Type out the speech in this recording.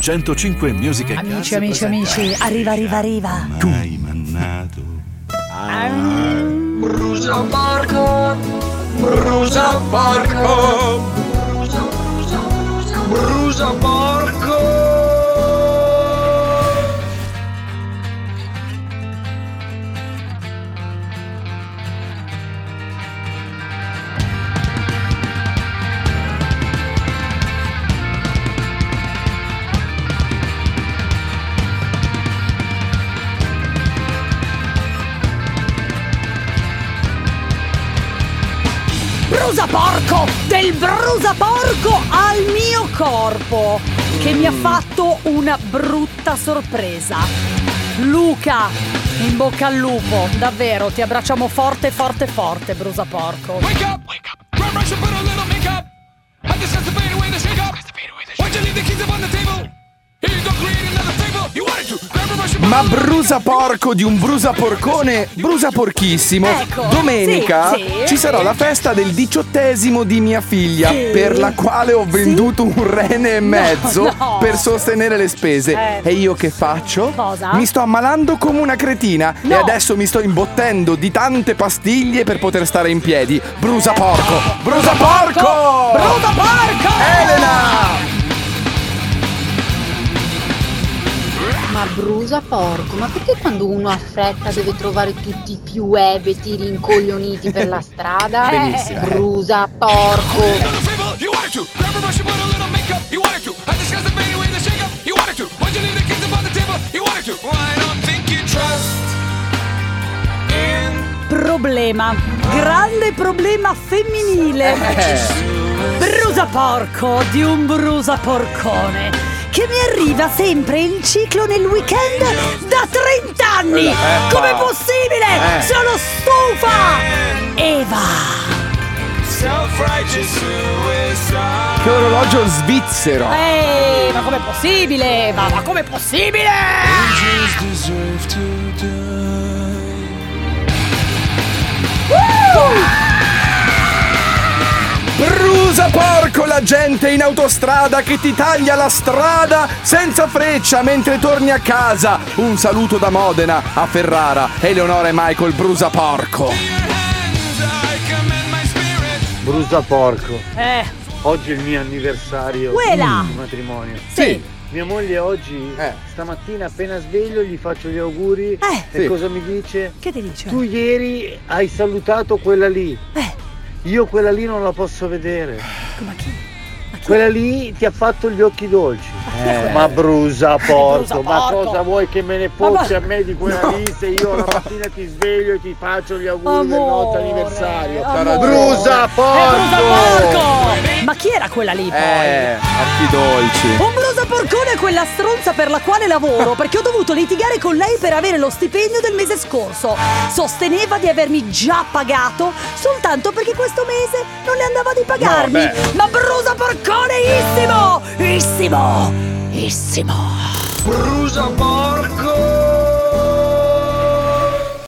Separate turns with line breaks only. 105 Music and
Amici,
Cars
amici,
presenta-
amici, arriva, arriva, arriva.
Hai mannato.
Brusa porco, brusa porco, brusa, brusa, brusa, brusa porco.
Brusa porco! Del brusa porco al mio corpo! Che mi ha fatto una brutta sorpresa. Luca, in bocca al lupo, davvero, ti abbracciamo forte, forte, forte, brusa porco.
Wake up! Wake up! Grab brush and put a little makeup. I just have to fade away the shake up. Why'd you leave the keys up on the table? Here you go, create another fable. You wanted to. Grab a brush and put
Ma
a little
brusa porco di un brusa porcone, brusa porchissimo.
Ecco,
Domenica
sì, sì.
ci sarà la festa del diciottesimo di mia figlia,
Sì.
per la quale ho venduto un rene e mezzo
no.
per sostenere le spese.
Eh.
E io che faccio?
Cosa?
Mi sto ammalando come una cretina
No.
e adesso mi sto imbottendo di tante pastiglie per poter stare in piedi. Brusa porco! Brusa porco!
Brusa porco!
Elena!
Ma brusa porco, ma perché quando uno ha fretta deve trovare tutti i più ebeti rincoglioniti per la strada?
Benissimo.
Brusa porco.
another fable. You wanted to. Grab a brush and put a little makeup. You wanted to. I just have to fade away the shake up. You wanted to. Why'd you leave the keys up on the table? You wanted to. Well, I don't think you trust in
Problema, grande problema femminile.
Eh,
Brusa porco di un brusa porcone che mi arriva sempre in ciclo nel weekend da 30 anni. Com'è possibile?
Eh.
Sono stufa. Eva.
self-righteous suicide.
Che orologio svizzero!
Eh, Ehi, ma com'è possibile Eva? Ma com'è possibile?
deserve to die.
Brusa porco la gente in autostrada che ti taglia la strada senza freccia mentre torni a casa. Un saluto da Modena a Ferrara, Eleonora e Michael Brusa porco.
Brusa porco,
Eh,
oggi è il mio anniversario
Quella.
di matrimonio.
Sì.
Mia moglie oggi,
Eh.
stamattina appena sveglio, gli faccio gli auguri
Eh.
e
Sì.
cosa mi dice?
che ti dice?
Tu ieri hai salutato quella lì.
Eh.
Io quella lì non la posso vedere.
Ma chi?
Quella lì ti ha fatto gli occhi dolci. Eh. Ma brusa
Brusa
porco, ma
porco.
cosa vuoi che me ne
Ma
fossi
va-
a me di quella lì se io la mattina ti sveglio e ti faccio gli auguri del
Amore,
nostro anniversario?
amore.
Brusa
Eh, brusa
porco!
porco! Ma chi era quella lì poi?
Eh, archi dolci.
Un brusa porcone è quella stronza per la quale lavoro perché ho dovuto litigare con lei per avere lo stipendio del mese scorso. Sosteneva di avermi già pagato soltanto perché questo mese non le andava di pagarmi. Ma brusa porcone, issimo! Issimo! Issimo!
Brusa porco.